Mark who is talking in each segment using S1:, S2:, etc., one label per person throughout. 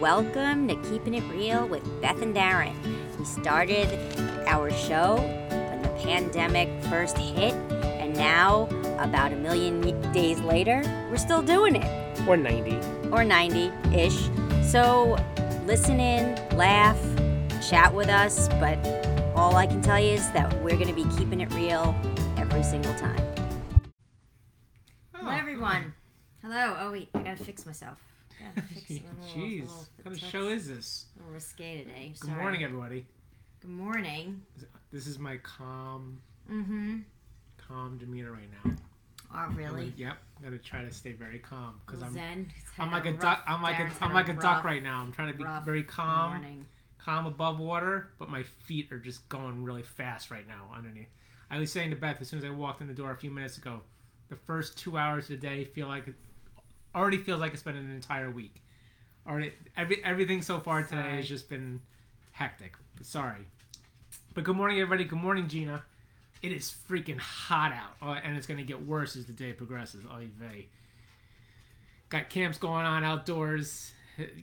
S1: Welcome to Keeping It Real with Beth and Darren. We started our show when the pandemic first hit, and now, about a million y- days later, we're still doing it
S2: Or 90.
S1: or 90 ish. So listen in, laugh, chat with us, but all I can tell you is that we're going to be keeping it real every single time. Hello, everyone. Hello. Oh, wait, I gotta fix myself. Gotta fix it. I'm a little-
S3: Jeez,
S1: a little-
S3: what kind of show is this?
S1: a little risque today.
S3: Good
S1: Sorry.
S3: morning, everybody.
S1: Good morning.
S3: This is my calm,
S1: Mm-hmm.
S3: calm demeanor right now.
S1: Oh,
S3: I'm gonna-
S1: really?
S3: yep, I'm gonna try to stay very calm because I'm,
S1: Zen. He's had
S3: I'm like a
S1: rough-
S3: duck. I'm like a,
S1: Darren's had
S3: I'm like a
S1: rough
S3: duck right now. I'm trying to be
S1: rough
S3: very calm,
S1: Morning.
S3: calm above water, but my feet are just going really fast right now underneath. I was saying to Beth as soon as I walked in the door a few minutes ago, the first two hours of the day feel like it already feels like it's been an entire week. Already, every everything so far today
S1: Sorry.
S3: has just been hectic. Sorry, but good morning, everybody. Good morning, Gina. It is freaking hot out, uh, and it's gonna get worse as the day progresses. Oy vey. Got camps going on outdoors.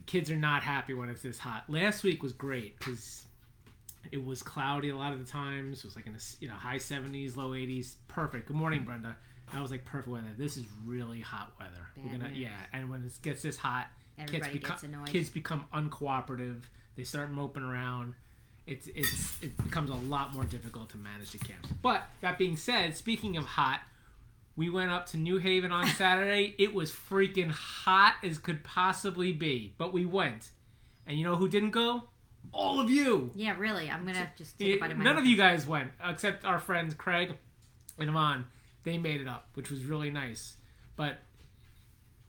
S3: Kids are not happy when it's this hot. Last week was great because it was cloudy a lot of the times. It was like in the s- you know high 70s, low 80s. Perfect. Good
S1: Mm.
S3: morning, Brenda. I was like, perfect weather. This is really hot weather. We're
S1: Bad
S3: gonna
S1: news.
S3: yeah. And when it gets this hot,
S1: Everybody
S3: kids become
S1: gets annoyed.
S3: kids become uncooperative. They start moping around. It's it's it becomes a lot more difficult to manage the camps. But that being said, speaking of hot, we went up to New Haven on Saturday. it was freaking hot as could possibly be, but we went. And you know who didn't go? All of you.
S1: Yeah, really. I'm gonna just take a bite of my
S3: None of
S1: apple.
S3: you guys went, except our friends Craig and Amon. They made it up, which was really nice. But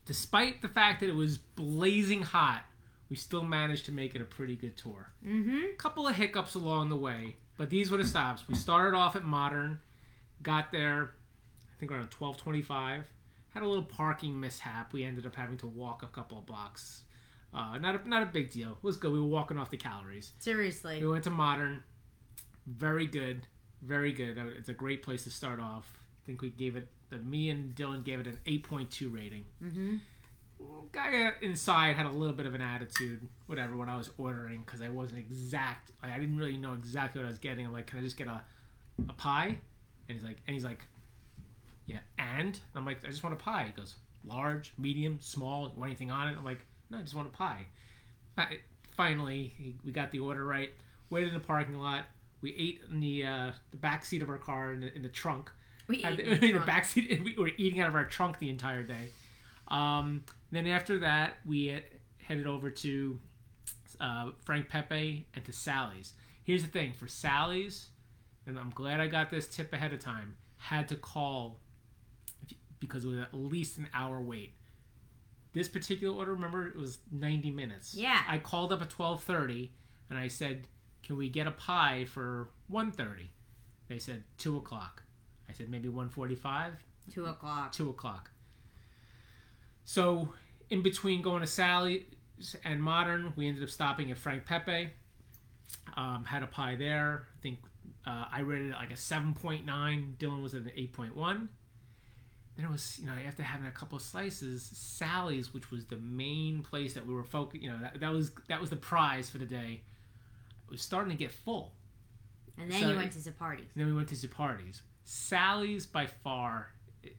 S3: despite the fact that it was blazing hot, we still managed to make it a pretty good tour.
S1: Mm-hmm.
S3: A couple of hiccups along the way, but these were the stops. We started off at Modern, got there, I think around 12:25. Had a little parking mishap. We ended up having to walk a couple of blocks. Uh, not a, not a big deal. It was good. We were walking off the calories.
S1: Seriously.
S3: We went to Modern. Very good. Very good. Uh, It's a great place to start off. I think we gave it, uh, me and Dylan gave it an 8.2 rating.
S1: Mm-hmm.
S3: Guy inside had a little bit of an attitude, whatever, when I was ordering, because I wasn't exact. I I didn't really know exactly what I was getting. I'm like, can I just get a, a pie? And he's like, and he's like, yeah, and? And I'm like, I just want a pie. He goes, large, medium, small, want anything on it? I'm like, no, I just want a pie. I, finally, he- we got the order right. Waited in the parking lot. We ate in the uh, the back seat of our car in the, in the trunk.
S1: We
S3: Had-
S1: ate
S3: in
S1: in
S3: the
S1: the trunk.
S3: back seat. We were eating out of our trunk the entire day. Um, then after that, we uh, headed over to uh, Frank Pepe and to Sally's. Here's the thing for Sally's, and I'm glad I got this tip ahead of time. Had to call because it was at least an hour wait. This particular order, remember, it was 90 minutes.
S1: Yeah.
S3: I called up at 12:30 and I said, "Can we get a pie for 1:30?" They said two o'clock. I said maybe 1:45.
S1: Two o'clock.
S3: Two o'clock. So, in between going to Sally's and Modern, we ended up stopping at Frank Pepe. Um, had a pie there. I think uh, I rated it like a 7.9. Dylan was at an 8.1. Then it was, you know, after having a couple of slices, Sally's, which was the main place that we were focused, you know, that, that was that was the prize for the day. It was starting to get full.
S1: And then
S3: So-
S1: you went to Zapardi's.
S3: And then we went to Zupardi's. Sally's by far i-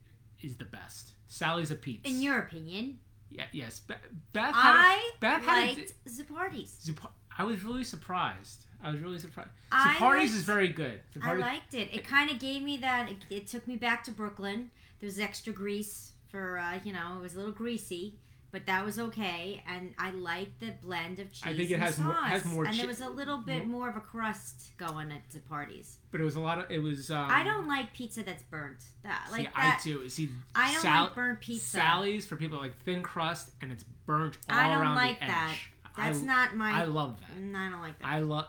S3: is the best. Sally's a Pete's.
S1: In your opinion,
S3: yeah, yes. Be- Beth had
S1: I
S3: a, Beth had a,
S1: liked Zapardi's.
S3: Zupa- I was really surprised. I was really surprised.
S1: I
S3: Zupardi's is
S1: liked-
S3: very good.
S1: I
S3: Zupardi's,
S1: liked it. It kind of gave me that. It, it took me back to Brooklyn. There was extra grease for uh, you know it was a little greasy, but that was okay. And I liked the blend of cheese.
S3: I think it
S1: and
S3: has
S1: sauce.
S3: more- has more
S1: And there
S3: chi-
S1: was a little bit
S3: Mm.
S1: more of a crust going at the parties.
S3: but it was a lot of. It was. Um,
S1: I don't like pizza that's burnt. That
S3: See,
S1: like that.
S3: I do. See,
S1: I don't
S3: Sal-
S1: like burnt pizza.
S3: Sally's for people that like thin crust and it's burnt all
S1: I don't
S3: around
S1: like
S3: the edge.
S1: that. That's
S3: I,
S1: not my.
S3: I love that.
S1: Mm, I don't like that.
S3: I love.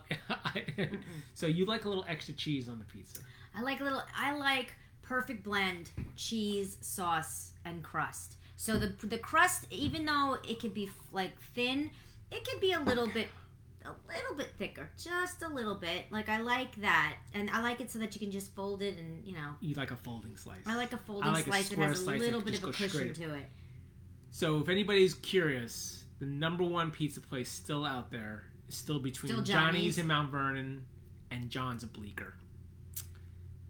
S3: so you like a little extra cheese on the pizza.
S1: I like a little. I like perfect blend cheese, sauce, and crust. So the the crust, even though it could be f- like thin, it could be a little bit a little bit thicker, just a little bit. Like I like that, and I like it so that you can just fold it, and you know,
S3: You like a folding slice.
S1: I like a folding
S3: like a
S1: slice that
S3: square
S1: has a
S3: slice that
S1: little
S3: could
S1: bit
S3: just
S1: of a
S3: go
S1: cushion
S3: straight.
S1: to it.
S3: So if anybody's curious, the number one pizza place still out there is still between
S1: Still
S3: Johnny's.
S1: Johnny's.
S3: in Mount Vernon and John's at Bleecker.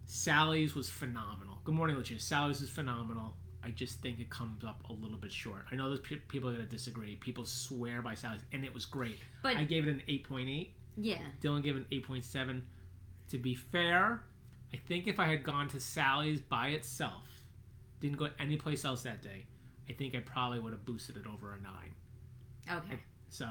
S3: Sally's was phenomenal. Good morning, Lucia. Sally's is phenomenal. I just think it comes up a little bit short. I know those pe- people are going to disagree. People swear by Sally's, and it was great.
S1: But-
S3: I gave it an 8.8.
S1: Yeah.
S3: Dylan gave it an 8.7. To be fair, I think if I had gone to Sally's by itself, didn't go anyplace else that day, I think I probably would have boosted it over a 9.
S1: Okay.
S3: So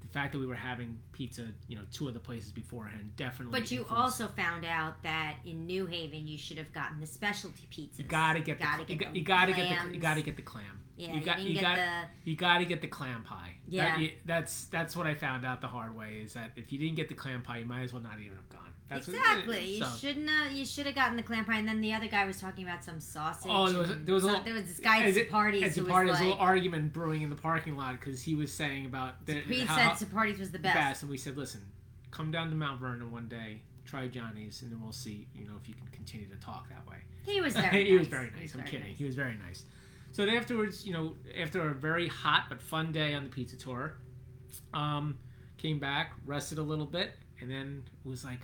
S3: the fact that we were having pizza, you know, two other places beforehand definitely.
S1: But you
S3: influenced-
S1: also found out that in New Haven you should have gotten the specialty pizzas.
S3: You gotta get the
S1: Gotta
S3: you,
S1: get
S3: got,
S1: the
S3: you gotta get the
S1: clams.
S3: you gotta get the clam.
S1: Yeah,
S3: you got
S1: didn't
S3: you
S1: get
S3: got
S1: the
S3: you gotta get the clam pie. That-
S1: Yeah.
S3: you- that's that's what I found out the hard way is that if you didn't get the clam pie, you might as well not even have gone. That's what-
S1: exactly. you
S3: so-
S1: shouldn't. Have, you should have gotten the clam pie. And then the other guy was talking about some sausage.
S3: Oh, there was-
S1: and
S3: there was a
S1: some-
S3: little-
S1: there was this guy at
S3: As
S1: the
S3: it-
S1: parties
S3: As
S1: who
S3: a
S1: was
S3: part of
S1: like,
S3: this little argument brewing in the parking lot because he was saying about the,
S1: Pete
S3: how-
S1: said Sapartis was the best.
S3: and we said, listen, come down to Mount Vernon one day, try Johnny's, and then we'll see, you know, if you can continue to talk that way.
S1: He was very.
S3: he
S1: nice.
S3: was very nice.
S1: He was
S3: I'm
S1: very
S3: kidding.
S1: nice.
S3: He was very nice. So then afterwards, you know, after a very hot but fun day on the pizza tour, um, came back, rested a little bit, and then it was like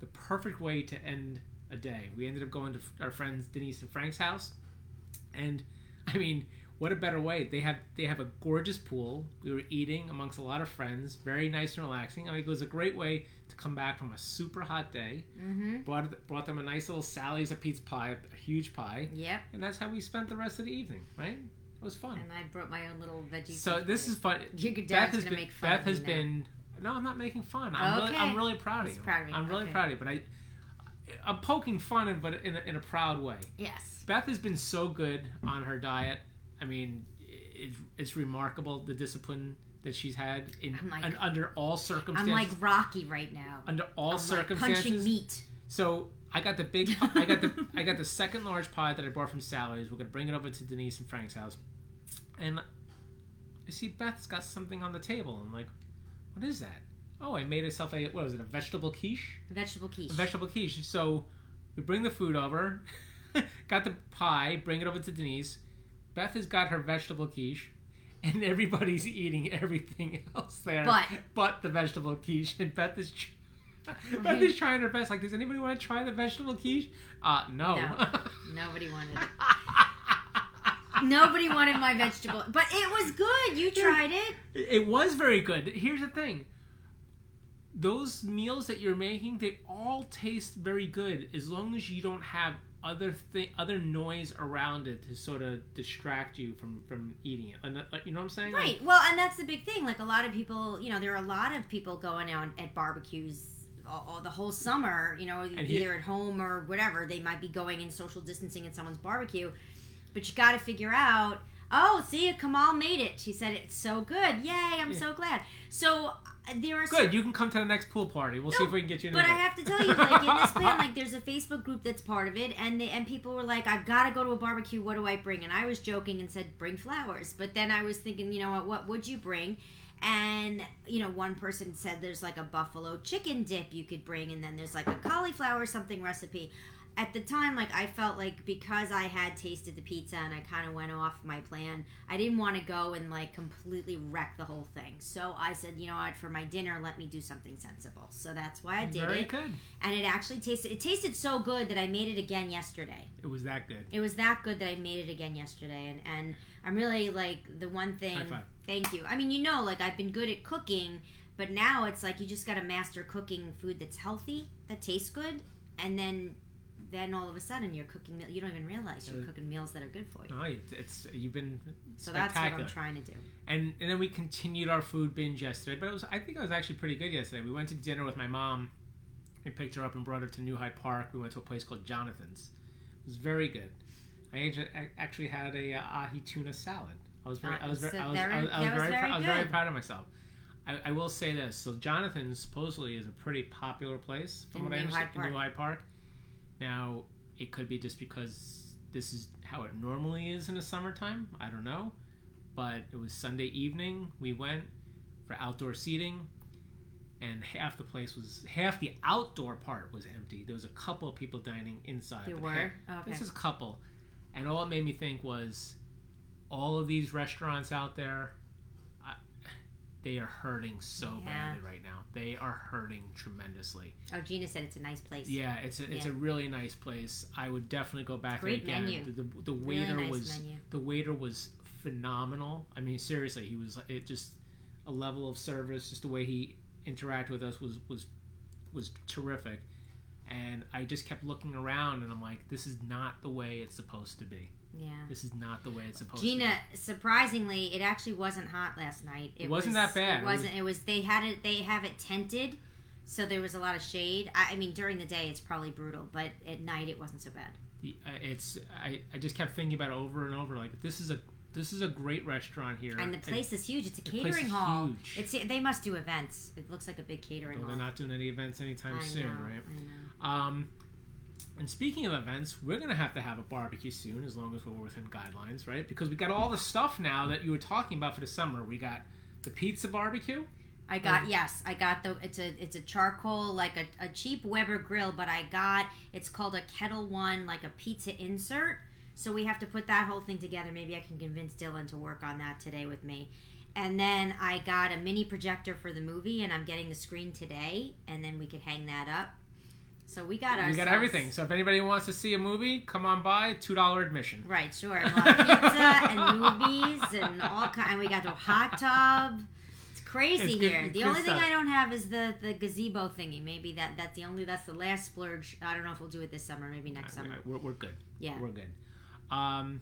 S3: the perfect way to end a day. We ended up going to f- our friends Denise and Frank's house, and I mean, what a better way! They have they have a gorgeous pool. We were eating amongst a lot of friends, very nice and relaxing. I mean, it was a great way to come back from a super hot day
S1: Mm-hmm.
S3: brought brought them a nice little Sally's a pizza pie, a huge pie,
S1: Yep.
S3: and that's how we spent the rest of the evening. Right? It was fun.
S1: And I brought my own little veggie.
S3: So this is fun.
S1: Your dad's
S3: Beth
S1: gonna
S3: has been.
S1: make fun.
S3: Beth
S1: of
S3: has
S1: me now.
S3: been. No, I'm not making fun. I'm, really, I'm
S1: Okay.
S3: really proud of
S1: He's
S3: you.
S1: proud of you.
S3: I'm really
S1: Okay.
S3: proud of you, but I, I'm poking fun, in, but in a, in a proud way.
S1: Yes.
S3: Beth has been so good on her diet. I mean, it, it's remarkable the discipline that she's had in
S1: I'm like-
S3: and under all
S1: I'm
S3: circumstances.
S1: like Rocky right now.
S3: under all
S1: I'm like
S3: circumstances.
S1: punching meat.
S3: So I got the big, I got the, I got the second large pie that I bought from Sally's. We're gonna bring it over to Denise and Frank's house, and I see Beth's got something on the table. I'm like, what is that? Oh, I made myself a what was it? A vegetable quiche.
S1: Vegetable quiche.
S3: A vegetable quiche. So we bring the food over, got the pie, bring it over to Denise. Beth has got her vegetable quiche. And everybody's eating everything else there,
S1: But-
S3: but the vegetable quiche. And Beth is tr- Beth is trying her best. Like, does anybody want to try the vegetable quiche? Uh, no.
S1: No. Nobody wanted it. Nobody wanted my vegetable, but it was good. You tried it.
S3: it was very good. Here's the thing. Those meals that you're making, they all taste very good as long as you don't have other thing, other noise around it to sort of distract you from from eating it. And, uh, You know what I'm saying? Like,
S1: Right. Well, and that's the big thing. Like a lot of people, you know, there are a lot of people going out at barbecues all, all the whole summer. You know,
S3: he-
S1: either at home or whatever. They might be going and social distancing at someone's barbecue, but you got to figure out. Oh, see, Kamal made it. She said it's so good. Yay! I'm
S3: Yeah.
S1: so glad. So uh, there are
S3: good. You can come to the next pool party. We'll see
S1: No,
S3: if we can get you. in
S1: But I
S3: there.
S1: have to tell you, like in this plan, like there's a Facebook group that's part of it, and they, and people were like, "I've got to go to a barbecue. What do I bring?" And I was joking and said, "Bring flowers." But then I was thinking, you know what? What would you bring? And you know, one person said there's like a buffalo chicken dip you could bring, and then there's like a cauliflower something recipe. At the time, like I felt like because I had tasted the pizza and I kind of went off my plan, I didn't want to go and like completely wreck the whole thing. So I said, you know what? For my dinner, let me do something sensible. So that's why I did
S3: very
S1: it
S3: good.
S1: and it actually tasted it tasted so good that I made it again yesterday.
S3: It was that good.
S1: It was that good that I made it again yesterday and and I'm really like the one thing
S3: High five.
S1: thank you. I mean, you know, like I've been good at cooking, but now it's like you just got to master cooking food that's healthy, that tastes good, and then then all of a sudden you're cooking meal you don't even realize you're
S3: Uh,
S1: cooking meals that are good for you.
S3: No, it's, it's you've been
S1: So that's what I'm
S3: spectacular.
S1: trying to do.
S3: and and then we continued our food binge yesterday. But it was I think I was actually pretty good yesterday. We went to dinner with my mom. I picked her up and brought her to New Hyde Park. We went to a place called Jonathan's. It was very good. I actu- I actually had a uh, ahi tuna salad. I was very, I was
S1: Uh,
S3: very,
S1: so
S3: I was,
S1: very-
S3: I was, I was
S1: that was
S3: very, prou-
S1: very
S3: I was very
S1: good.
S3: proud of myself. I, I will say this: so Jonathan's supposedly is a pretty popular place from
S1: In
S3: what I
S1: New Hyde
S3: understand in New
S1: Park.
S3: Hyde Park. Now it could be just because this is how it normally is in the summertime. I don't know, but it was Sunday evening. We went for outdoor seating, and half the place was half the outdoor part was empty. There was a couple of people dining inside.
S1: There
S3: but
S1: were Oh, okay.
S3: this is a couple. And all it made me think was all of these restaurants out there, They are hurting so
S1: Yeah.
S3: badly right now. They are hurting tremendously.
S1: Oh, Gina said it's a nice place.
S3: Yeah, it's a, it's
S1: Yeah.
S3: a really nice place. I would definitely go back
S1: Great
S3: there again.
S1: menu.
S3: The, the, the
S1: really
S3: waiter
S1: nice
S3: was
S1: menu.
S3: the waiter was phenomenal. I mean, seriously, he was it just a level of service, just the way he interacted with us was was was terrific. And I just kept looking around, and I'm like, this is not the way it's supposed to be.
S1: Yeah.
S3: This is not the way it's supposed to
S1: Gina,
S3: be.
S1: surprisingly, it actually wasn't hot last night.
S3: It wasn't
S1: was-
S3: that bad.
S1: It
S3: It was-
S1: wasn't. It was. They had it. They have it tented, so there was a lot of shade. I, I mean, during the day it's probably brutal, but at night it wasn't so bad.
S3: The- uh, It's I, I just kept thinking about it over and over. Like this is a this is a great restaurant here,
S1: And the place is huge. It's a
S3: the place
S1: catering
S3: is
S1: hall.
S3: huge.
S1: It's they must do events. It looks like a big catering
S3: Well,
S1: hall.
S3: they're not doing any events anytime
S1: I
S3: soon,
S1: know,
S3: right?
S1: I know.
S3: Um, and speaking of events, we're gonna have to have a barbecue soon, as long as we're within guidelines, right? Because we got all the stuff now that you were talking about for the summer. We got the pizza barbecue.
S1: I got yes, I got the it's a it's a charcoal like a, a cheap Weber grill, but I got it's called a kettle one like a pizza insert. So we have to put that whole thing together. Maybe I can convince Dylan to work on that today with me. And then I got a mini projector for the movie, and I'm getting the screen today, and then we could hang that up. So we got our
S3: we got everything. So if anybody wants to see a movie, come on by. Two dollar admission.
S1: Right, sure. Well, pizza and movies and all kind. And we got the hot tub. It's crazy
S3: It's good-
S1: here.
S3: it's
S1: the
S3: good
S1: only thing
S3: stuff.
S1: I don't have is the the gazebo thingy. Maybe that that's the only that's the last splurge. I don't know if we'll do it this summer. Maybe next summer.
S3: We're, we're good.
S1: Yeah.
S3: We're good. Um,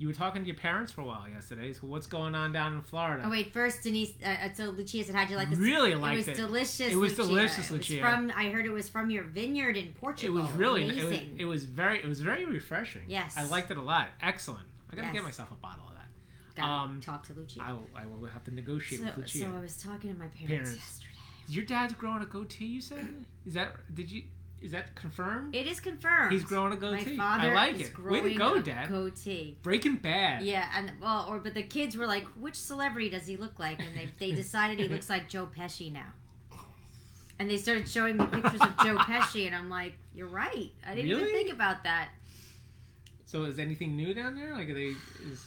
S3: you were talking to your parents for a while yesterday. So what's going on down in Florida?
S1: Oh wait, first Denise. Uh, uh, so Lucia said, "How'd you like this?"
S3: Really
S1: it was
S3: liked it.
S1: delicious.
S3: It was
S1: Lucia.
S3: delicious,
S1: It was
S3: Lucia.
S1: from I heard it was from your vineyard in
S3: It
S1: Portugal.
S3: was really it
S1: amazing.
S3: was, it was very it was very refreshing.
S1: Yes.
S3: I liked it a lot. Excellent. I gotta
S1: Yes.
S3: get myself a bottle of that.
S1: Gotta
S3: um,
S1: talk to Lucia.
S3: I will, I will have to negotiate
S1: so,
S3: with Lucia.
S1: so I was talking to my parents,
S3: Parents.
S1: yesterday.
S3: Your dad's growing a goatee. You said is that did you is that confirmed?
S1: It is confirmed.
S3: He's growing a
S1: My
S3: goatee.
S1: father
S3: I like
S1: is
S3: it. Way to
S1: growing
S3: go,
S1: a
S3: Dad.
S1: Goatee.
S3: Breaking Bad.
S1: Yeah, and well, or but the kids were like, "Which celebrity does he look like?" And they they decided he looks like Joe Pesci now. And they started showing me pictures of Joe Pesci, and I'm like, "You're right. I didn't even
S3: Really?
S1: think about that."
S3: So is anything new down there? Like are they? Is,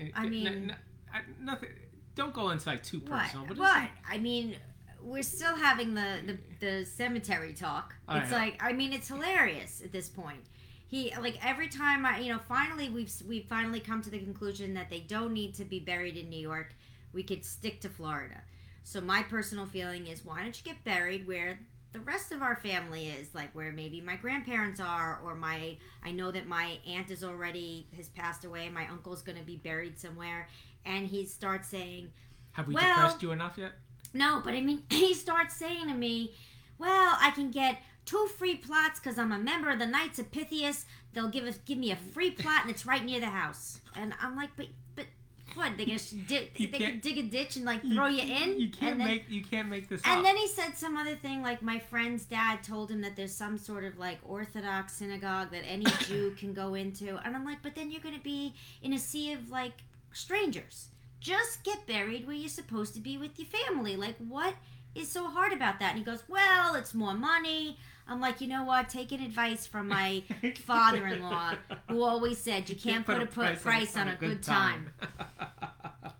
S3: eh,
S1: I
S3: n-
S1: mean-
S3: n- I- nothing. Don't go into like too
S1: What?
S3: personal. But
S1: What?
S3: It's,
S1: I mean, we're still having the the, the cemetery talk.
S3: All
S1: it's
S3: right.
S1: like I mean, it's hilarious at this point. He like every time I you know finally we've s- we've finally come to the conclusion that they don't need to be buried in New York. We could stick to Florida. So my personal feeling is why don't you get buried where the rest of our family is like where maybe my grandparents are or my I know that my aunt is already has passed away my uncle's going to be buried somewhere and he starts saying
S3: have we
S1: Well-
S3: depressed you enough yet?
S1: no, but I mean, he starts saying to me, "Well, I can get two free plots because I'm a member of the Knights of Pythias. They'll give us give me a free plot, and it's right near the house." And I'm like, "But, but what? They gonna sh- di-
S3: You
S1: they can
S3: can't-
S1: dig a ditch and like throw you, in?"
S3: You can't
S1: and then,
S3: make you can't make this up.
S1: And then he said some other thing, like my friend's dad told him that there's some sort of like Orthodox synagogue that any Jew can go into, and I'm like, "But then you're gonna be in a sea of like strangers." just get buried where you're supposed to be with your family. Like, what is so hard about that? And he goes, Well, it's more money. I'm like, You know what? Taking advice from my father in law, who always said, You can't put a put price on a good time.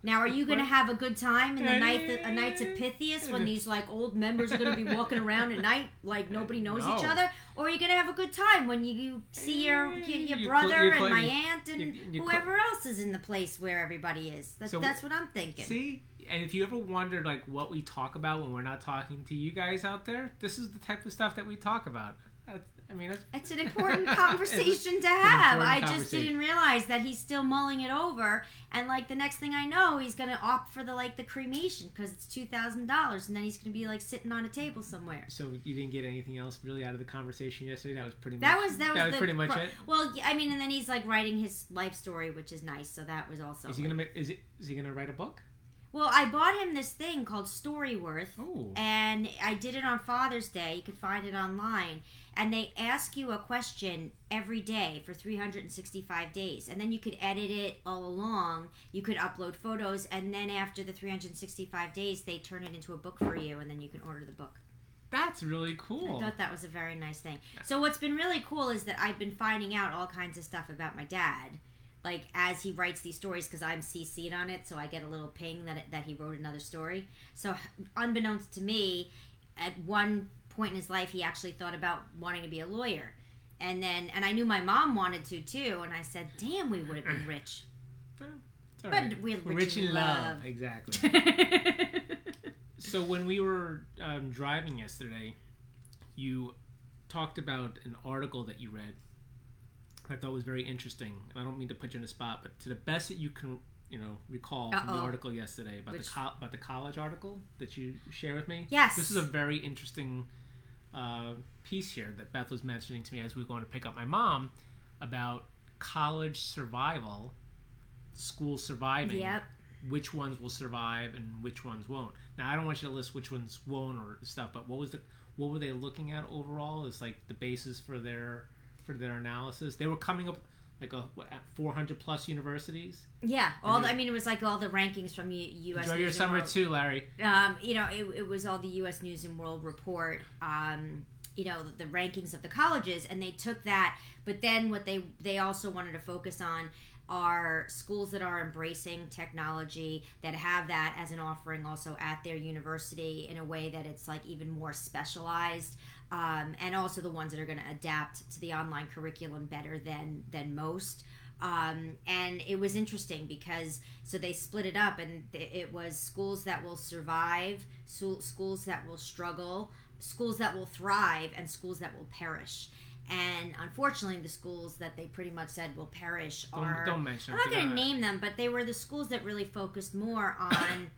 S1: Now, are you going to have a good time in the night, a nights of Pythias when these like old members are going to be walking around at night like nobody knows each
S3: No.
S1: other, or are you going to have a good time when you, you see your your,
S3: You
S1: your
S3: cl-
S1: brother
S3: you
S1: and
S3: cl-
S1: my
S3: you-
S1: aunt and
S3: you- you cl-
S1: whoever else is in the place where everybody is? That's
S3: So-
S1: that's what I'm thinking.
S3: See, and if you ever wondered like what we talk about when we're not talking to you guys out there, this is the type of stuff that we talk about. That's, I mean, that's,
S1: It's an important conversation to have. I
S3: important
S1: just
S3: conversation.
S1: didn't realize that he's still mulling it over, and like the next thing I know, he's gonna opt for the like the cremation because it's two thousand dollars, and then he's gonna be like sitting on a table somewhere.
S3: so you didn't get anything else really out of the conversation yesterday. That was pretty.
S1: That
S3: much,
S1: was that was, the
S3: pretty much
S1: pro-
S3: it.
S1: Well, yeah, I mean, and then he's like writing his life story, which is nice. So that was also.
S3: Is he gonna make? Is it? Is he gonna write a book?
S1: well, I bought him this thing called Storyworth.
S3: Oh,
S1: and I did it on Father's Day. You can find it online. And they ask you a question every day for 365 days. And then you could edit it all along. You could upload photos. And then after the 365 days, they turn it into a book for you. And then you can order the book.
S3: that's really
S1: I
S3: cool.
S1: thought that was a very nice thing. So, what's been really cool is that I've been finding out all kinds of stuff about my dad like as he writes these stories because I'm CC'd on it, so I get a little ping that it, that he wrote another story. So unbeknownst to me, at one point in his life, he actually thought about wanting to be a lawyer, and then and I knew my mom wanted to too, and I said, "Damn, we would have been rich."
S3: It's
S1: But
S3: all right.
S1: we're rich in love.
S3: Exactly. so when we were um, driving yesterday, you talked about an article that you read that I thought was very interesting. And I don't mean to put you on the spot, but to the best that you can, you know, recall from
S1: Uh-oh.
S3: the article yesterday about
S1: Which-
S3: the col about the college article that you shared with me.
S1: yes,
S3: This is a very interesting uh, piece here that Beth was mentioning to me as we were going to pick up my mom about college survival, school surviving,
S1: Yep.
S3: which ones will survive and which ones won't. Now, I don't want you to list which ones won't or stuff, but what was the what were they looking at overall? Is like the basis for their for their analysis. They were coming up like a what, at 400 plus universities.
S1: Yeah, all the,
S3: you-
S1: I mean, it was like all the rankings from U- U.S.
S3: Enjoy your
S1: News and
S3: summer
S1: World-
S3: too, Larry.
S1: Um, you know, it, it was all the U.S. News and World Report. Um, you know, the, the rankings of the colleges, and they took that. But then what they they also wanted to focus on are schools that are embracing technology that have that as an offering also at their university in a way that it's like even more specialized um, and also the ones that are going to adapt to the online curriculum better than than most um, and it was interesting because so they split it up and th- it was schools that will survive so- schools that will struggle schools that will thrive and schools that will perish and unfortunately the schools that they pretty much said will perish are
S3: Don't, don't mention.
S1: I'm
S3: it.
S1: not going
S3: Forget
S1: to
S3: it.
S1: name them, but they were the schools that really focused more on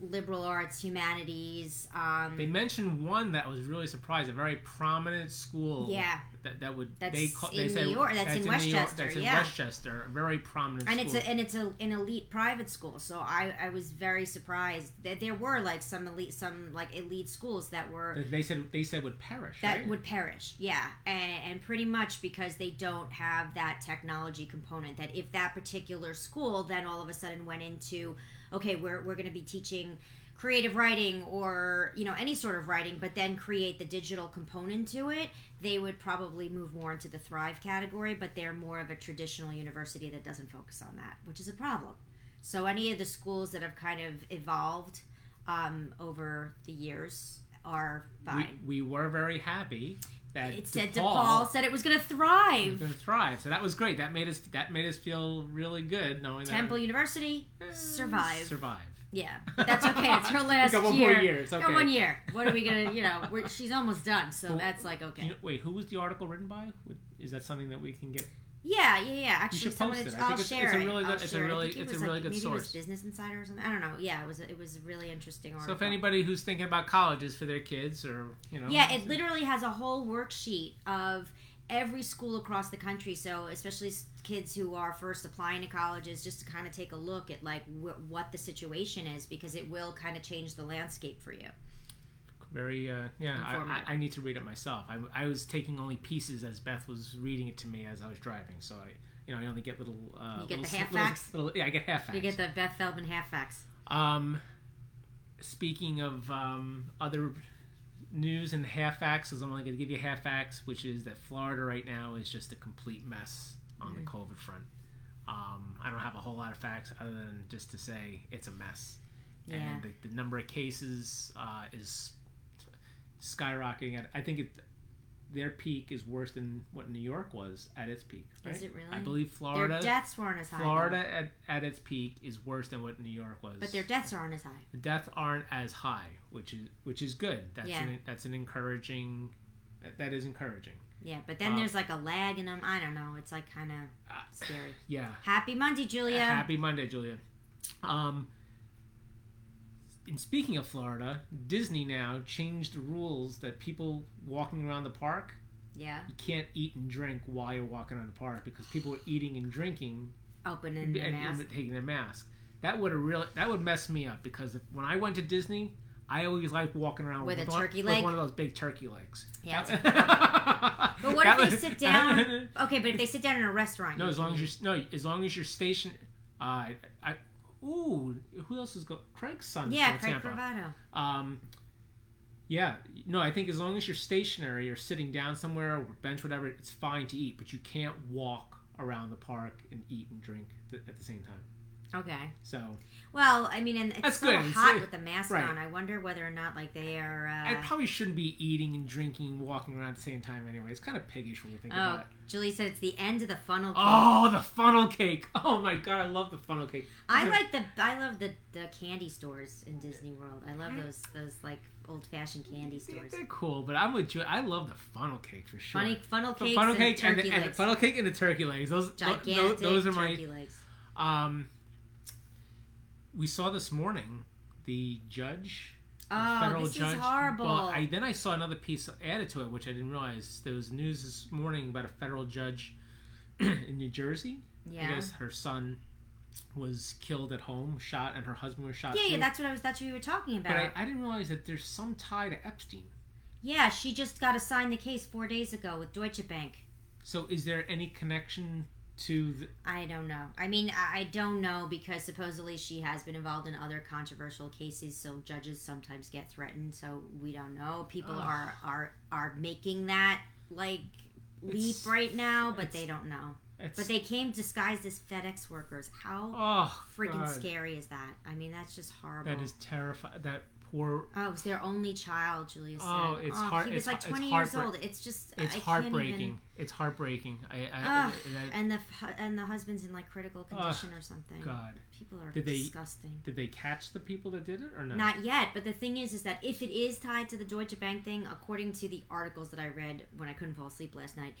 S1: liberal arts, humanities. Um,
S3: They mentioned one that was really surprised, a very prominent school.
S1: yeah,
S3: That, that would
S1: That's
S3: they call, they
S1: in
S3: say
S1: New York- that's in
S3: New York-
S1: Westchester,
S3: that's in
S1: yeah.
S3: Westchester, a very prominent
S1: and it's
S3: school.
S1: a, and it's a, an elite private school. So I, I was very surprised that there were like some elite some like elite schools that were
S3: That they said they said would perish.
S1: that
S3: right?
S1: would perish yeah and, and pretty much because they don't have that technology component that if that particular school then all of a sudden went into okay we're, we're going to be teaching creative writing or you know any sort of writing but then create the digital component to it they would probably move more into the thrive category but they're more of a traditional university that doesn't focus on that which is a problem so any of the schools that have kind of evolved um, over the years are fine
S3: we, we were very happy that
S1: it said DePaul said it was going to thrive.
S3: going to thrive. So that was great. That made us that made us feel really good knowing
S1: Temple
S3: that
S1: University survive.
S3: survive.
S1: Yeah, but that's okay. It's her last
S3: we got one
S1: year.
S3: more year. It's
S1: Got
S3: okay.
S1: one year. What are we gonna? You know, we're, she's almost done, so
S3: Well,
S1: that's like
S3: Do you
S1: okay.
S3: know- wait, who was the article written by? Would- Is that something that we can get?
S1: Yeah, yeah, yeah.
S3: You
S1: Actually,
S3: should
S1: someone.
S3: post it. I
S1: I'll
S3: think it's-
S1: share
S3: it's a
S1: it.
S3: really
S1: I'll
S3: good- it's a
S1: share it. I
S3: really-
S1: think it
S3: it's a
S1: was,
S3: really
S1: like,
S3: good
S1: maybe It was
S3: source.
S1: Business Insider or something. I don't know. Yeah, it was. A, it was a really interesting article.
S3: So if anybody who's thinking about colleges for their kids or you know
S1: Yeah, it literally has a whole worksheet of every school across the country. So, especially s- kids who are first applying to colleges, just to kind of take a look at like wh- what the situation is because it will kind of change the landscape for you.
S3: very uh, yeah I-
S1: Informative.
S3: I, I need to read it myself I, I was taking only pieces as beth was reading it to me as i was driving so i you know i only get little uh
S1: You get
S3: little,
S1: the
S3: sn-
S1: half
S3: little-
S1: facts?
S3: little- yeah i get half facts
S1: You get the Beth Feldman half facts.
S3: um speaking of um other news and half facts is i'm only going to give you half facts which is that florida right now is just a complete mess on the covid front um, I don't have a whole lot of facts other than just to say it's a mess
S1: Yeah.
S3: and the, the number of cases uh, is skyrocketing. At, I think it, their peak is worse than what New York was at its peak. Right?
S1: Is it really?
S3: I believe
S1: their
S3: Florida.
S1: deaths weren't as high. though.
S3: Florida at, at its peak is worse than what New York was.
S1: But their deaths aren't as high.
S3: the deaths aren't as high, which is which is good. That's
S1: Yeah.
S3: an, that's an encouraging. that- that is encouraging.
S1: Yeah, but then
S3: Um,
S1: there's like a lag in them. I don't know. It's like kind of
S3: Uh,
S1: scary.
S3: Yeah.
S1: Happy Monday, Julia.
S3: Happy Monday, Julia. Um, and speaking of Florida, Disney now changed the rules that people walking around the park
S1: yeah.
S3: you can't eat and drink while you're walking around the park because people are eating and drinking
S1: Opening the
S3: and,
S1: mask.
S3: and taking their mask. That would have really that would mess me up because if, when I went to Disney, I always liked walking around
S1: With
S3: with,
S1: a
S3: one,
S1: turkey
S3: with
S1: leg?
S3: one of those big turkey legs.
S1: Yeah, it's
S3: but
S1: But what if they sit down- Okay, but if they sit down in a restaurant.
S3: No,
S1: you
S3: as
S1: can
S3: long
S1: eat.
S3: as you're no, as long as you're stationed. Uh, I, I, ooh, who else is going? Craig's son.
S1: Yeah,
S3: from
S1: Craig
S3: Tampa.
S1: Bravado.
S3: Um, yeah, no, I think as long as you're stationary or sitting down somewhere or bench, whatever, it's fine to eat, but you can't walk around the park and eat and drink th- at the same time.
S1: Okay.
S3: So
S1: Well, I mean, and it's
S3: That's
S1: so
S3: good. It's
S1: hot
S3: like-
S1: with the mask
S3: right.
S1: on. I wonder whether or not like they are.
S3: I
S1: Uh,
S3: probably shouldn't be eating and drinking and walking around at the same time anyway. It's kind of piggish when you think
S1: oh,
S3: about it.
S1: Julie said it's the end of the funnel. cake.
S3: Oh, the funnel cake! Oh my god, I love the funnel cake.
S1: I like the I love the the candy stores in Disney World. I love
S3: I-
S1: those those like old fashioned candy
S3: They're-
S1: stores.
S3: They're cool, but I'm with you. I love the funnel cake for sure.
S1: Funny funnel
S3: The
S1: cakes
S3: funnel
S1: and
S3: cake and,
S1: turkey
S3: the, and the
S1: legs.
S3: funnel cake and the turkey legs. Those
S1: Gigantic
S3: those, those are my
S1: turkey legs.
S3: Um, we saw this morning the judge, the
S1: Oh,
S3: federal
S1: this
S3: judge.
S1: is horrible.
S3: Well, I, then I saw another piece added to it, which I didn't realize. There was news this morning about a federal judge in New Jersey. I
S1: yeah.
S3: guess her son was killed at home, shot, and her husband was shot.
S1: Yeah,
S3: too.
S1: yeah, that's what I was. That's what you were talking
S3: uh, But
S1: about.
S3: I, I didn't realize that there's some tie to Epstein.
S1: yeah, she just got assigned the case four days ago with Deutsche Bank.
S3: So is there any connection to the,
S1: I don't know. I mean, I I don't know because supposedly she has been involved in other controversial cases, so judges sometimes get threatened. So we don't know. People
S3: Ugh.
S1: are are are making that like leap
S3: It's-
S1: right now, but
S3: it's-
S1: they don't know.
S3: it's,
S1: But they came disguised as FedEx workers. How
S3: Oh,
S1: freaking
S3: God.
S1: scary is that? I mean, that's just horrible.
S3: That is terrifying. That poor
S1: Oh, it was their only child, Julia said.
S3: Oh, it's heart-
S1: He was
S3: it's-
S1: like
S3: it's
S1: 20 years
S3: heartbreak-
S1: old. It's just I- I
S3: It's
S1: can't
S3: heartbreaking.
S1: even- Ah,
S3: It's heartbreaking. I, I,
S1: Ugh,
S3: that-
S1: and the f- and the husband's in like critical condition or something.
S3: God,
S1: People are
S3: Did they-
S1: disgusting.
S3: did they catch the people that did it or no?
S1: Not yet, but the thing is, is that if it is tied to the Deutsche Bank thing, according to the articles that I read when I couldn't fall asleep last night,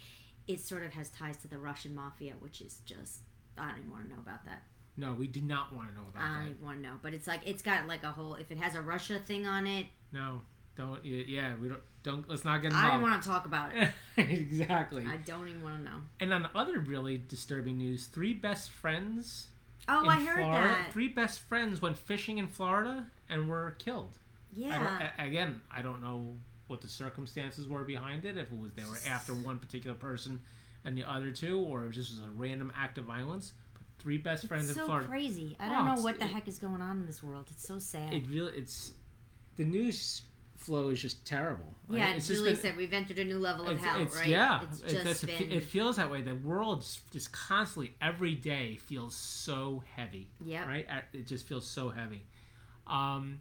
S1: it sort of has ties to the Russian mafia, which is just I don't even want to know about that.
S3: no, we do not want to know about
S1: I
S3: that.
S1: don't want to know, but it's like it's got like a whole. If it has a Russia thing on it,
S3: No, don't. y- Yeah, we don't. Don't. Let's not get
S1: I don't
S3: involved.
S1: want to talk about it.
S3: exactly.
S1: I don't even want to know.
S3: And on other really disturbing news, three best friends.
S1: Oh,
S3: in
S1: I heard
S3: Florida,
S1: that.
S3: Three best friends went fishing in Florida and were killed. I don't-
S1: Yeah.
S3: a- again, I don't know what the circumstances were behind it. If it was they were after one particular person and the other two, or it just was a random act of violence. But three best friends
S1: It's
S3: in
S1: so
S3: Florida.
S1: crazy. I
S3: Oh,
S1: don't know
S3: it's-
S1: what the
S3: it-
S1: heck is going on in this world. It's so sad.
S3: It really, it's the news flow is just terrible. Like,
S1: yeah,
S3: it's just
S1: Julie
S3: been-
S1: said we've entered a new level of
S3: it's-
S1: hell,
S3: it's-
S1: right?
S3: Yeah,
S1: It's
S3: it, that's-
S1: just
S3: it fe-
S1: been.
S3: it feels that way. The world's just constantly every day feels so heavy.
S1: Yep.
S3: right? Uh, It just feels so heavy. Um,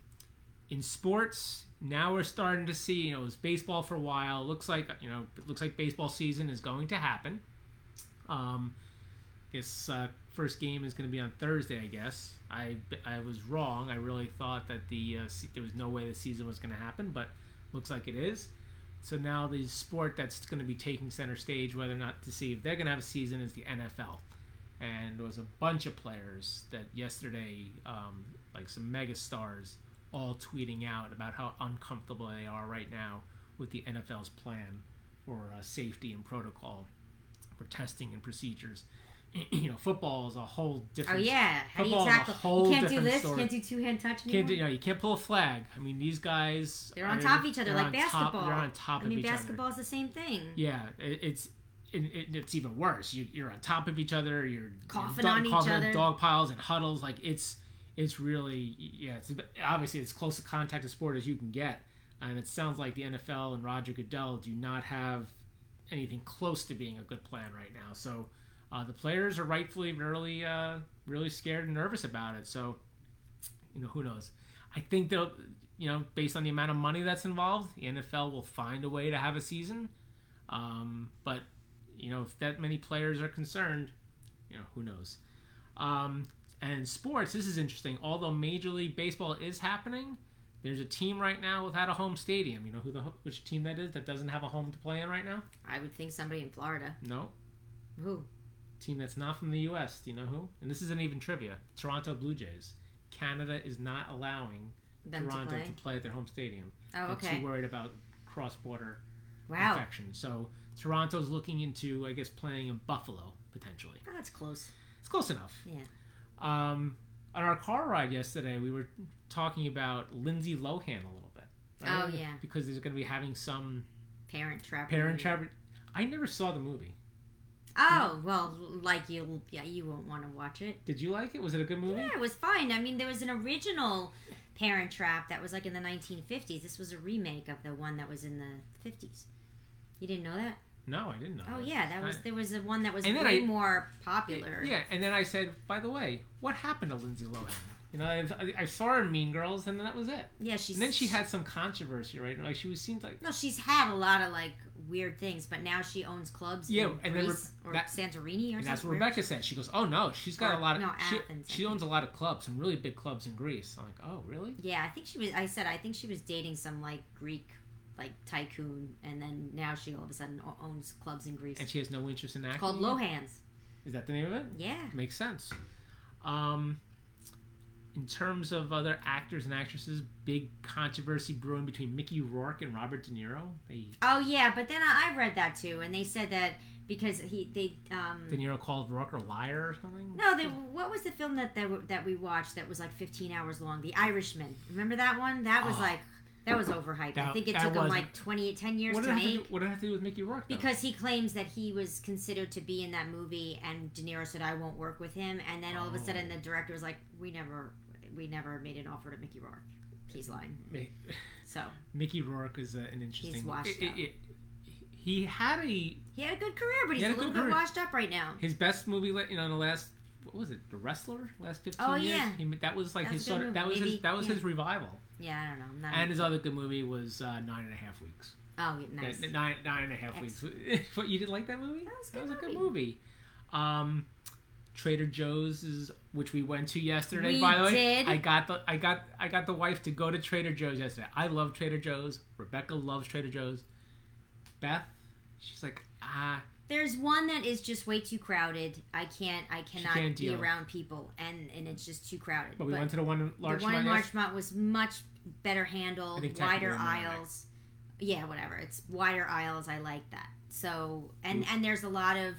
S3: in sports, now we're starting to see. You know, it was baseball for a while. Looks like you know, it looks like baseball season is going to happen. Um, this uh, first game is going to be on Thursday, I guess. I I was wrong. I really thought that the uh, se- there was no way the season was going to happen, but looks like it is. So now the sport that's going to be taking center stage, whether or not to see if they're going to have a season, is the NFL and there was a bunch of players that yesterday, um, like some mega stars, all tweeting out about how uncomfortable they are right now with the NFL's plan for uh, safety and protocol for testing and procedures. you know, football is a whole
S1: Oh
S3: different.
S1: yeah, how do you
S3: Football's a
S1: tackle?
S3: whole
S1: You can't do
S3: different
S1: this.
S3: story.
S1: Can't do two hand touch anymore.
S3: Can't do, you, know, you can't pull a flag. I mean, these guys.
S1: They're on
S3: are-
S1: top of each other,
S3: they're
S1: like
S3: on top-
S1: basketball.
S3: they're on top
S1: I
S3: of
S1: mean,
S3: each other.
S1: basketball's the same thing.
S3: Yeah, it, it's it, it, it's even worse. You, you're on top of each other. You're
S1: Coughing
S3: you're
S1: on each
S3: coughing
S1: other.
S3: dog piles and huddles. Like it's it's really yeah. It's obviously as close to contact a sport as you can get. And it sounds like the NFL and Roger Goodell do not have anything close to being a good plan right now. So uh, the players are rightfully really uh, really scared and nervous about it. So you know who knows. I think they'll you know based on the amount of money that's involved, the NFL will find a way to have a season. Um, but you know, if that many players are concerned, you know, who knows? Um, and sports, this is interesting. Although Major League Baseball is happening, there's a team right now without a home stadium. You know who the which team that is that doesn't have a home to play in right now?
S1: I would think somebody in Florida.
S3: No,
S1: Who?
S3: team that's not from the U.S. Do you know who? And this isn't even trivia. Toronto Blue Jays. Canada is not allowing
S1: Them
S3: Toronto
S1: to play.
S3: at their home stadium.
S1: Oh,
S3: They're
S1: okay.
S3: too worried about cross-border
S1: Wow.
S3: infection. So Toronto's looking into, I guess, playing in Buffalo potentially.
S1: Oh, that's close.
S3: It's close enough.
S1: Yeah.
S3: Um, on our car ride yesterday, we were talking about Lindsay Lohan a little bit.
S1: Oh, yeah.
S3: Because there's going to be having some
S1: Parent trap.
S3: parent
S1: movie.
S3: trap. I never saw the movie.
S1: Oh well, like you, yeah, you won't want to watch it.
S3: Did you like it? Was it a good movie?
S1: Yeah, it was fine. I mean, there was an original Parent Trap that was like in the 1950s. This was a remake of the one that was in the 50s. You didn't know that?
S3: No, I didn't know.
S1: Oh yeah, that was
S3: I-
S1: there was the one that was
S3: And then
S1: way
S3: I-
S1: more popular.
S3: Yeah, and then I said, by the way, what happened to Lindsay Lohan? You know, I, I saw her in Mean Girls, and that was it.
S1: yeah. She's
S3: And then she had some controversy, right? Like she was seemed like
S1: no. She's had a lot of like weird things, but now she owns clubs.
S3: Yeah,
S1: in
S3: and then
S1: Greece
S3: Re-
S1: or
S3: that-
S1: Santorini or
S3: And that's
S1: something.
S3: what Rebecca said. She goes, "Oh no, she's got
S1: Or-
S3: a lot of
S1: no,
S3: she,
S1: Athens, I
S3: she owns a lot of clubs, some really big clubs in Greece." I'm like, "Oh, really?"
S1: Yeah, I think she was. I said I think she was dating some like Greek, like tycoon, and then now she all of a sudden o- owns clubs in Greece.
S3: And she has no interest in acting.
S1: It's called Lohans.
S3: Is that the name of it?
S1: Yeah.
S3: Makes sense. Um, in terms of other actors and actresses, big controversy brewing between Mickey Rourke and Robert De Niro. They,
S1: Oh yeah, but then I, I read that too, and they said that because he they
S3: De
S1: um.
S3: Niro called Rourke a liar or something.
S1: No, they, what was the film that, that w- that we watched that was like 15 hours long? The Irishman. Remember that one? That was
S3: Oh.
S1: like that was overhyped. I
S3: That-
S1: think it
S3: that
S1: took him
S3: was-
S1: like 20, 10 years
S3: What did,
S1: to
S3: it have to
S1: make.
S3: do, what did it have to do with Mickey Rourke? though?
S1: Because he claims that he was considered to be in that movie, and De Niro said, "I won't work with him." And then all of a
S3: Oh.
S1: sudden, the director was like, "We never, we never made an offer to Mickey Rourke." He's lying.
S3: Mi-
S1: So
S3: Mickey Rourke is uh, an interesting.
S1: washed
S3: it- it-
S1: up.
S3: it- he had a
S1: he had a good career, but
S3: He
S1: he's
S3: had
S1: a
S3: a
S1: little
S3: good
S1: bit
S3: career.
S1: washed up right now.
S3: His best movie, like, you know, in the last what was it, The Wrestler? Last fifteen
S1: Oh,
S3: years.
S1: yeah.
S3: He, that was like
S1: That
S3: his
S1: was a good
S3: sort of,
S1: movie.
S3: that was
S1: Maybe-
S3: his that was
S1: yeah.
S3: his revival.
S1: Yeah, I don't know. I'm not
S3: And his other good movie was uh, Nine and a Half Weeks.
S1: oh, yeah, nice.
S3: Yeah, nine nine and a half weeks. what you didn't like that movie?
S1: That was a
S3: that
S1: good
S3: was a good movie. Um, Trader Joe's is which we went to yesterday.
S1: We
S3: by the way,
S1: did.
S3: I got the I got I got the wife to go to Trader Joe's yesterday. I love Trader Joe's. Rebecca loves Trader Joe's. Beth, she's like ah
S1: There's one that is just way too crowded. I can't. I cannot
S3: can't
S1: be
S3: deal.
S1: around people, and and it's just too crowded.
S3: But we went to the one in Larchmont.
S1: the one in
S3: yesterday.
S1: Larchmont was much better
S3: I
S1: handled,
S3: think technically
S1: wider
S3: they're not
S1: aisles. Yeah, whatever. It's wider aisles. I like that. So and and there's a lot of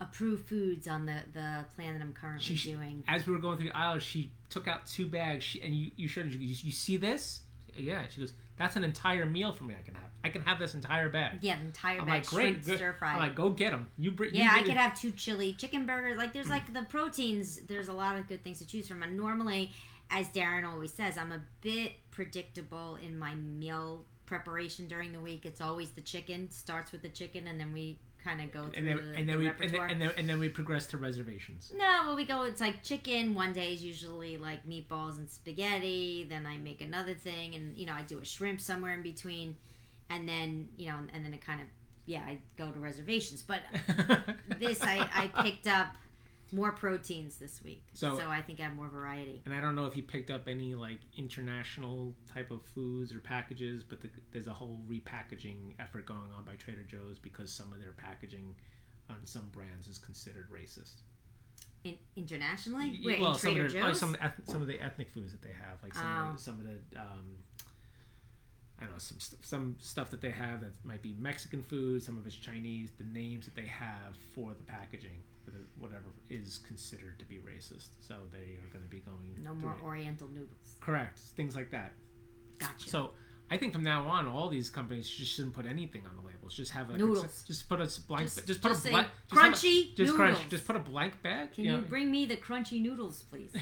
S1: approved foods on the the plan that I'm currently
S3: She-
S1: doing.
S3: as we were going through the aisle, she took out two bags. She, and you, you showed her. She goes, you, you see this? Yeah. She goes, that's an entire meal for me. I can have. I can have this entire bag.
S1: Yeah, the entire
S3: I'm
S1: bag
S3: like, great.
S1: shrimp
S3: Good.
S1: stir
S3: I'm
S1: fried.
S3: like, go get them. You bring.
S1: yeah,
S3: you
S1: I
S3: bring
S1: could
S3: it."
S1: have two chili chicken burgers. Like there's like the proteins. There's a lot of good things to choose from. And normally, as Darren always says, I'm a bit predictable in my meal preparation during the week. It's always the chicken. Starts with the chicken, and then we kind of go through
S3: And then,
S1: the,
S3: and
S1: the
S3: then we and then,
S1: repertoire.
S3: and then and then we progressed to reservations.
S1: No, well, we go. It's like chicken. One day is usually like meatballs and spaghetti. Then I make another thing, and you know, I do a shrimp somewhere in between, and then you know, and then it kind of yeah, I go to reservations. But this, I I picked up more proteins this week,
S3: So-
S1: so, I think I have more variety.
S3: And I don't know if you picked up any like international type of foods or packages, but the, there's a whole repackaging effort going on by Trader Joe's because some of their packaging on some brands is considered racist.
S1: In, internationally,
S3: Y-
S1: wait,
S3: well,
S1: in Trader
S3: some of their, oh,
S1: Joe's.
S3: some eth- some of the ethnic foods that they have, like some,
S1: Oh.
S3: of, the, some of the um, I don't know some st- some stuff that they have that might be Mexican food. Some of it's Chinese. The names that they have for the packaging, for the, whatever is considered to be racist, so they are going to be going
S1: no
S3: through
S1: more
S3: it.
S1: Oriental noodles.
S3: correct things like that.
S1: Gotcha.
S3: So. I think from now on, all these companies just shouldn't put anything on the labels. Just have a
S1: Noodles.
S3: Just put a s- blank.
S1: Just-
S3: Just, put
S1: just
S3: a
S1: say,
S3: blank.
S1: "Crunchy
S3: Just
S1: noodles."
S3: crunch. Just put a blank bag.
S1: Can
S3: you
S1: you
S3: know?
S1: bring me the crunchy noodles, please?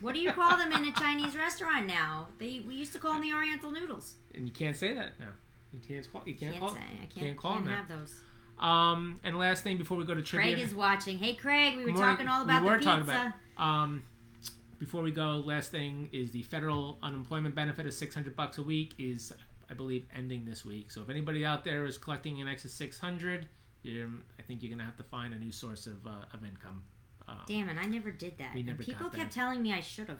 S1: What do you call them in a Chinese restaurant now? They we used to call them the Oriental noodles.
S3: And you can't say that now. You can't call. You can't,
S1: Can't
S3: call.
S1: say. I can't,
S3: can't call
S1: can't
S3: them that.
S1: have those.
S3: Um, and last thing before we go to trivia.
S1: Craig is watching. Hey, Craig, we were
S3: Good morning.
S1: talking all
S3: We
S1: about
S3: were
S1: the pizza.
S3: talking about um, before we go, last thing is the federal unemployment benefit of six hundred bucks a week is, I believe, ending this week. So if anybody out there is collecting in excess six hundred, I think you're gonna have to find a new source of uh, of income. Uh,
S1: Damn it, I never did that.
S3: We
S1: And
S3: never got
S1: people
S3: that.
S1: kept telling me I should have.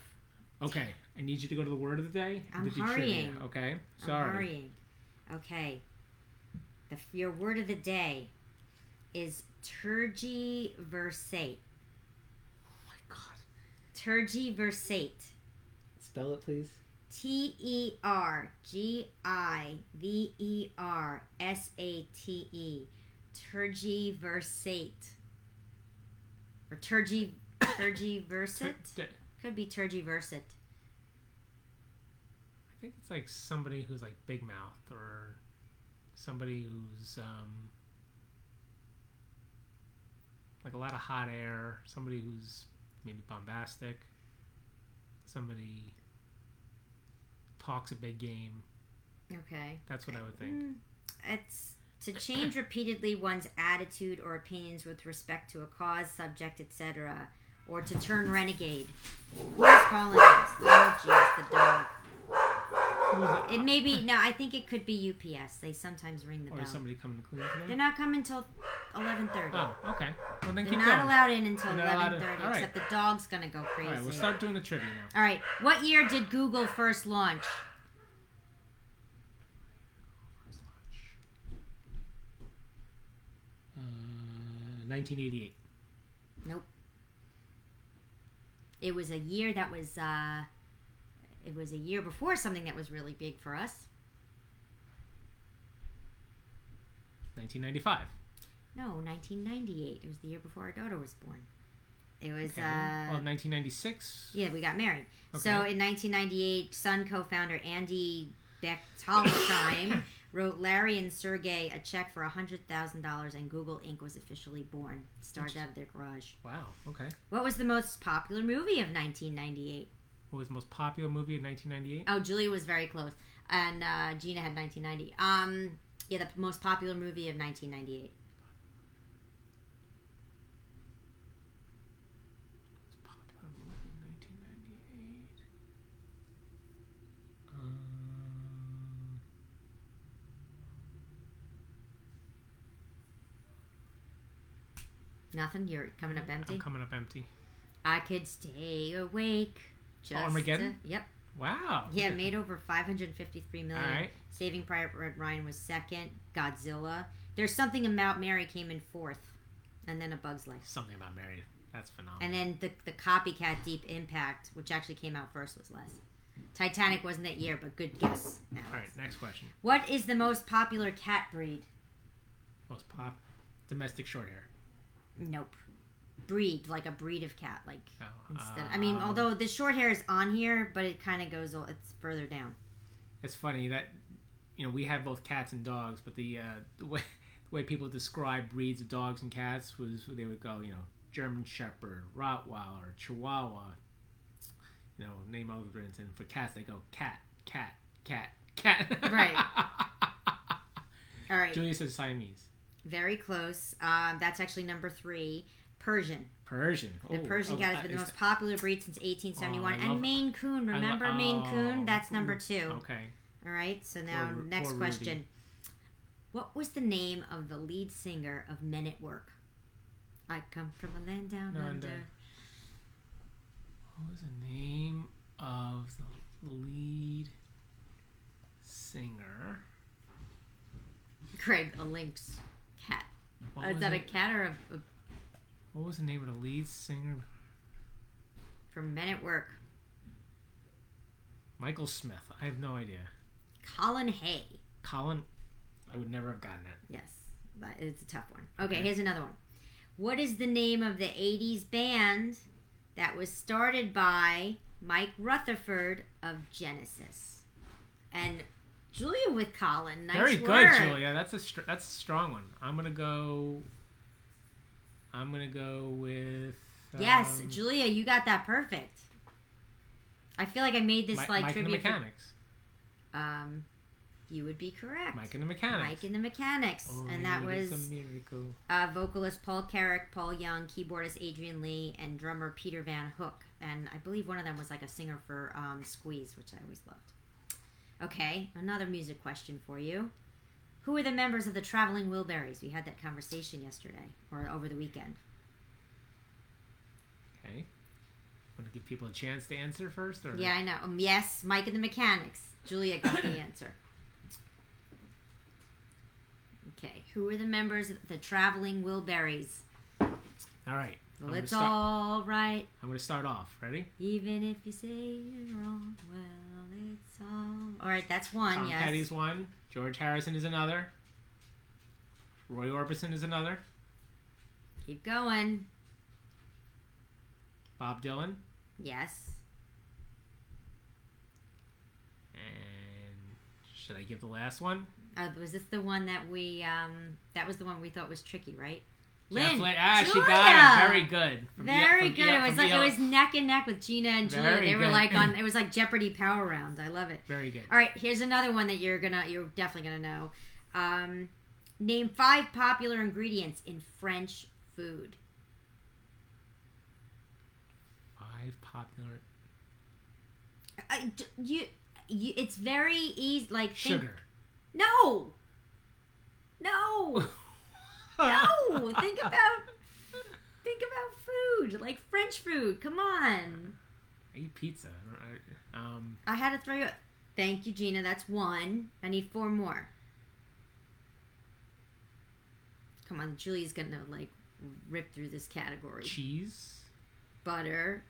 S3: okay, I need you to go to the word of the day.
S1: I'm
S3: The trivia,
S1: hurrying.
S3: Okay,
S1: I'm
S3: sorry.
S1: hurrying. Okay. The, your word of the day is turgiversate.
S3: Oh my god.
S1: Turgiversate.
S3: Spell it, please.
S1: T E R G I V E R S A T E. Turgiversate. Or turgi turgiversate? Could be turgiversate.
S3: I think it's like somebody who's like big mouth or somebody who's um, like a lot of hot air, somebody who's maybe bombastic, somebody talks a big game.
S1: Okay.
S3: That's what I would think.
S1: Mm, it's to change repeatedly one's attitude or opinions with respect to a cause, subject, etc., or to turn renegade. Who's calling us? Oh, jeez, the dog.
S3: Who's that?
S1: It may be no. I think it could be UPS. They sometimes ring the
S3: Or
S1: bell.
S3: is somebody coming to clean up
S1: They're
S3: today?
S1: not coming till eleven thirty.
S3: Oh, okay. Well, then
S1: They're
S3: keep
S1: not
S3: going.
S1: allowed in until
S3: They're not allowed
S1: eleven
S3: in.
S1: thirty.
S3: All right.
S1: Except the dog's gonna go crazy.
S3: All right, we'll start doing the trivia now.
S1: All right. What year did Google first launch?
S3: Uh, 1988.
S1: Nope. It was a year that was. uh It was a year before something that was really big for us.
S3: 1995.
S1: No, 1998. It was the year before our daughter was born. It was.
S3: Okay. Oh,
S1: uh
S3: well, 1996.
S1: Yeah, we got married. So
S3: Okay.
S1: in 1998, Sun co-founder Andy Bechtolsheim wrote Larry and Sergey a check for $100,000 and Google Inc. was officially born. It Started out of their garage.
S3: Wow. Okay.
S1: What was the most popular movie of 1998?
S3: What was the most popular movie in 1998?
S1: Oh, Julia was very close. And uh, Gina had 1990. Um, yeah, the most popular movie of 1998.
S3: Popular movie in 1998. Um,
S1: Nothing? You're coming up empty?
S3: Uh, I'm coming up empty.
S1: I could stay awake. Just
S3: Armageddon? Oh,
S1: to- yep.
S3: Wow.
S1: Yeah, made over 553
S3: All
S1: million.
S3: right.
S1: Saving Private Ryan was second. Godzilla. There's something about Mary came in fourth, and then A Bug's Life,
S3: Something about Mary. That's phenomenal.
S1: and then the the copycat Deep Impact, which actually came out first, was less. Titanic wasn't that year, but good guess. Alex.
S3: All right. Next question.
S1: What is the most popular cat breed?
S3: Most pop. Domestic short hair.
S1: Nope. Breed like a breed of cat, like
S3: Oh,
S1: instead. I mean,
S3: um,
S1: although the short hair is on here, but it kind of goes. a- It's further down.
S3: It's funny that you know we have both cats and dogs, but the uh, the way the way people describe breeds of dogs and cats was they would go you know German Shepherd, Rottweiler, Chihuahua, you know name others, and for cats they go cat, cat, cat, cat. Right.
S1: All right.
S3: Julia says Siamese,
S1: Very close. Um, that's actually number three. Persian.
S3: Persian.
S1: The
S3: Oh,
S1: Persian
S3: oh,
S1: cat has
S3: uh,
S1: been the
S3: is-
S1: most popular breed since 1871.
S3: Oh, I
S1: and
S3: love-
S1: Maine Coon.
S3: I lo-
S1: Remember Maine Coon?
S3: oh,
S1: That's number
S3: ooh,
S1: two.
S3: Okay.
S1: All right. So now,
S3: Ru-
S1: next
S3: poor Rudy.
S1: question. What was the name of the lead singer of Men at Work? I come from a land down
S3: Down
S1: under.
S3: under. What was the name of the lead singer?
S1: Craig, a lynx cat.
S3: What
S1: Is
S3: was
S1: that
S3: it?
S1: a cat or a, a,
S3: What was the name of the lead singer?
S1: from Men at Work?
S3: Michael Smith. I have no idea.
S1: Colin Hay.
S3: Colin, I would never have gotten it.
S1: Yes, but it's a tough one. Okay,
S3: Okay.
S1: here's another one. What is the name of the 80s band that was started by Mike Rutherford of Genesis? And Julia with Colin. Nice
S3: Very
S1: work.
S3: good, Julia. That's a str- that's a strong one. I'm gonna go. I'm gonna go with.
S1: Yes,
S3: um,
S1: Julia, you got that perfect. I feel like I made this
S3: Mi-
S1: like
S3: Mike and the
S1: trivia. for-
S3: Mechanics.
S1: um, you would be correct.
S3: Mike and the Mechanics.
S1: Mike and the Mechanics,
S3: Oh,
S1: and that
S3: it's
S1: was
S3: a miracle.
S1: uh, vocalist Paul Carrick, Paul Young, keyboardist Adrian Lee, and drummer Peter Van Hook. And I believe one of them was like a singer for um, Squeeze, which I always loved. Okay, another music question for you. Who are the members of the Traveling Wilburys? We had that conversation yesterday or over the weekend.
S3: Okay. Want to give people a chance to answer first, or
S1: Yeah, I know. Um, yes, Mike and the Mechanics. Julia got the answer. Okay, who are the members of the Traveling Wilburys?
S3: All right. I'm
S1: Well,
S3: gonna
S1: it's
S3: start-
S1: all right.
S3: I'm gonna start off. Ready?
S1: Even if you say you're wrong, well, it's all. All right, that's one.
S3: Tom
S1: yes.
S3: Petty's one. George Harrison is another. Roy Orbison is another.
S1: Keep going.
S3: Bob Dylan.
S1: Yes.
S3: And should I give the last one?
S1: Uh, was this the one that we? Um, that was the one we thought was tricky, right?
S3: Yeah,
S1: Lynn.
S3: Flynn- ah, she
S1: Julia!
S3: got it. Very good. From
S1: Very
S3: from
S1: good.
S3: EL
S1: it was
S3: from
S1: like
S3: EL
S1: it was neck and neck with Gina and Julia.
S3: Very
S1: they were
S3: good.
S1: like on. It was like Jeopardy Power Round. I love it.
S3: Very good.
S1: All right, here's another one that you're gonna. You're definitely gonna know. Um, Name five popular ingredients in French food.
S3: Five popular
S1: I, Uh, d- you, you, it's very easy. Like think-
S3: sugar.
S1: No. No. No. think about. Think about food, like French food. Come on.
S3: I eat pizza. I don't- I- Um,
S1: I had to throw you. Thank you, Gina. That's one. I need four more. Come on, Julie's gonna like rip through this category.
S3: cheese.
S1: Butter.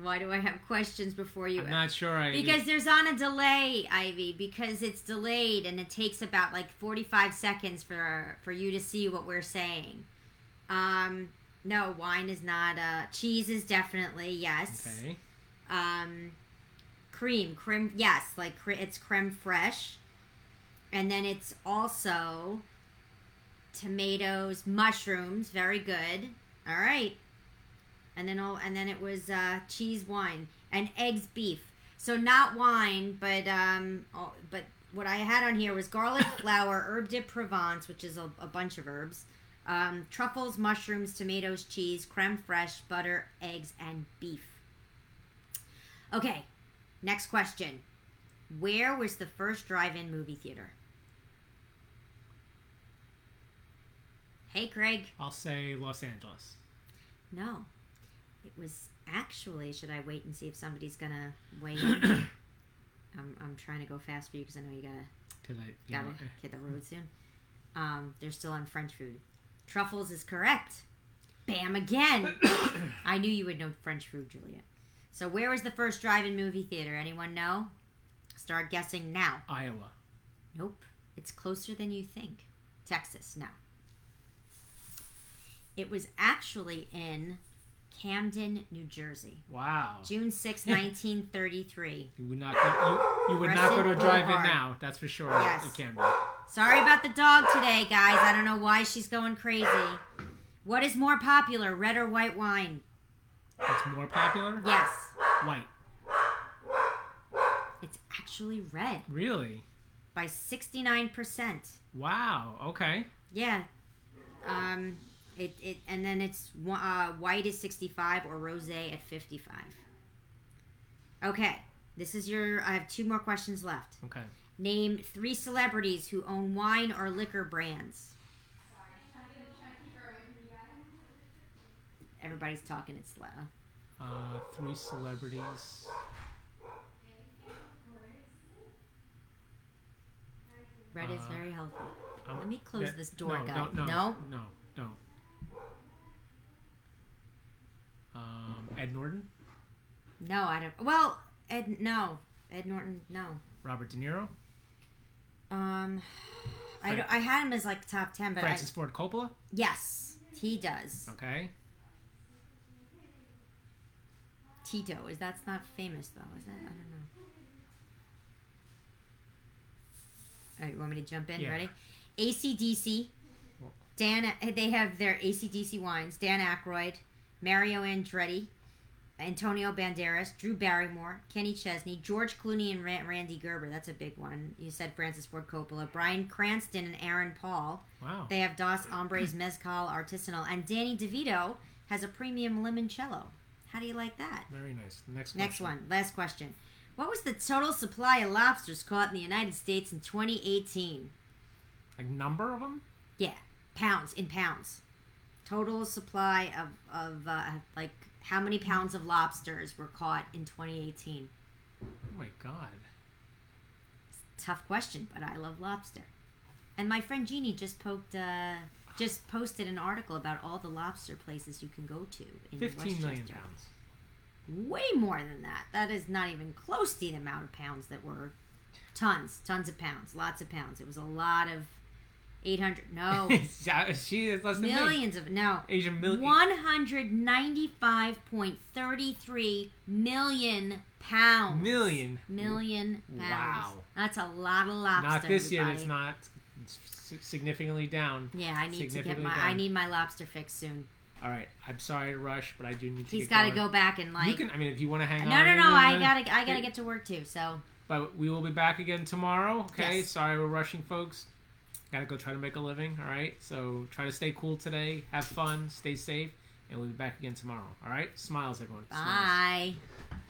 S1: Why do I have questions before you?
S3: I'm not sure. I
S1: Because there's on a delay, Ivy, because it's delayed and it takes about like 45 seconds for for you to see what we're saying. Um no, wine is not uh cheese is definitely yes.
S3: Okay.
S1: Um cream, creme yes, like cre- it's creme fraiche. And then it's also tomatoes, mushrooms, very good. All right. And then all and then it was uh, cheese wine and eggs beef. So not wine, but um all, but what I had on here was garlic flour, herb de Provence, which is a, a bunch of herbs, um, truffles, mushrooms, tomatoes, cheese, creme fraiche, butter, eggs, and beef. Okay, next question. Where was the first drive-in movie theater? Hey, Craig.
S3: I'll say Los Angeles.
S1: No. It was actually, should I wait and see if somebody's going to weigh in? I'm, I'm trying to go fast for you because I know you got to
S3: Cause I, you
S1: gotta
S3: know,
S1: hit the road soon. Um, they're still on French food. Truffles is correct. Bam again. I knew you would know French food, Juliet. So where was the first drive-in movie theater? Anyone know? Start guessing now.
S3: Iowa.
S1: Nope. It's closer than you think. Texas, no. It was actually in Camden, New Jersey.
S3: Wow.
S1: June 6, 1933.
S3: You would not go, you, you would not go to a
S1: Crescent
S3: drive-in
S1: Boulevard.
S3: now. That's for sure.
S1: Yes.
S3: It can be.
S1: Sorry about the dog today, guys. I don't know why she's going crazy. What is more popular, red or white wine?
S3: It's more popular.
S1: Yes,
S3: White.
S1: it's actually red
S3: Really?
S1: by 69%.
S3: Wow. Okay.
S1: Yeah. Um, it, it and then it's wa- uh, white is 65 or rosé at 55. Okay. This is your I have two more questions left.
S3: Okay.
S1: Name three celebrities who own wine or liquor brands. Everybody's talking it's slow.
S3: Uh, three celebrities.
S1: Red is
S3: Uh,
S1: very healthy.
S3: um,
S1: Oh, Let me close
S3: Yeah,
S1: this door,
S3: no,
S1: guy.
S3: No, no,
S1: No?
S3: no, no. Um, Ed Norton,
S1: No, I don't. Well, Ed, no, Ed Norton, no.
S3: Robert De Niro,
S1: Um, I,
S3: Fran-
S1: don't- I had him as like top ten, but I,
S3: Francis Ford Coppola.
S1: yes, he does.
S3: Okay.
S1: Tito is that's not famous though, is it? I don't know. All right, you want me to jump in?
S3: Yeah.
S1: Ready? ACDC. Dan, they have their ACDC wines. Dan Aykroyd, Mario Andretti, Antonio Banderas, Drew Barrymore, Kenny Chesney, George Clooney, and Ran- Randy Gerber. That's a big one. You said Francis Ford Coppola, Brian Cranston, and Aaron Paul.
S3: Wow.
S1: They have Dos Hombres Mezcal Artisanal, and Danny DeVito has a premium limoncello. How do you like that?
S3: Very nice. Next.
S1: Next
S3: question.
S1: one, last question. What was the total supply of lobsters caught in the United States in 2018?
S3: Like number of them?
S1: Yeah, pounds in pounds. Total supply of of uh, like how many pounds of lobsters were caught in 2018?
S3: Oh my god.
S1: Tough question, but I love lobster. And my friend Jeannie just poked uh, just posted an article about all the lobster places you can go to in
S3: Fifteen million
S1: Westchester.
S3: pounds.
S1: Way more than that. That is not even close to the amount of pounds that were tons, tons of pounds, lots of pounds. It was a lot of 800 no
S3: Yeah, she is less than me.
S1: millions of no
S3: Asian million.
S1: 195.33 million pounds.
S3: Million.
S1: Million pounds.
S3: Wow.
S1: That's a lot of lobster.
S3: Not this year.
S1: everybody.
S3: It's not. It's si- significantly down.
S1: Yeah, I need to get
S3: Significantly
S1: my. I
S3: down.
S1: need my lobster fix soon.
S3: All right. I'm sorry to rush, but I do need to.
S1: He's
S3: got to
S1: go back and like.
S3: you can. I mean, if you want to hang
S1: no,
S3: on.
S1: no, no. I
S3: uh,
S1: gotta. I gotta get to work too. So
S3: But we will be back again tomorrow. Okay.
S1: Yes.
S3: Sorry, we're rushing, folks. Gotta go try to make a living, all right? So try to stay cool today. Have fun. Stay safe. And we'll be back again tomorrow, all right? Smiles, everyone. Smiles.
S1: Bye.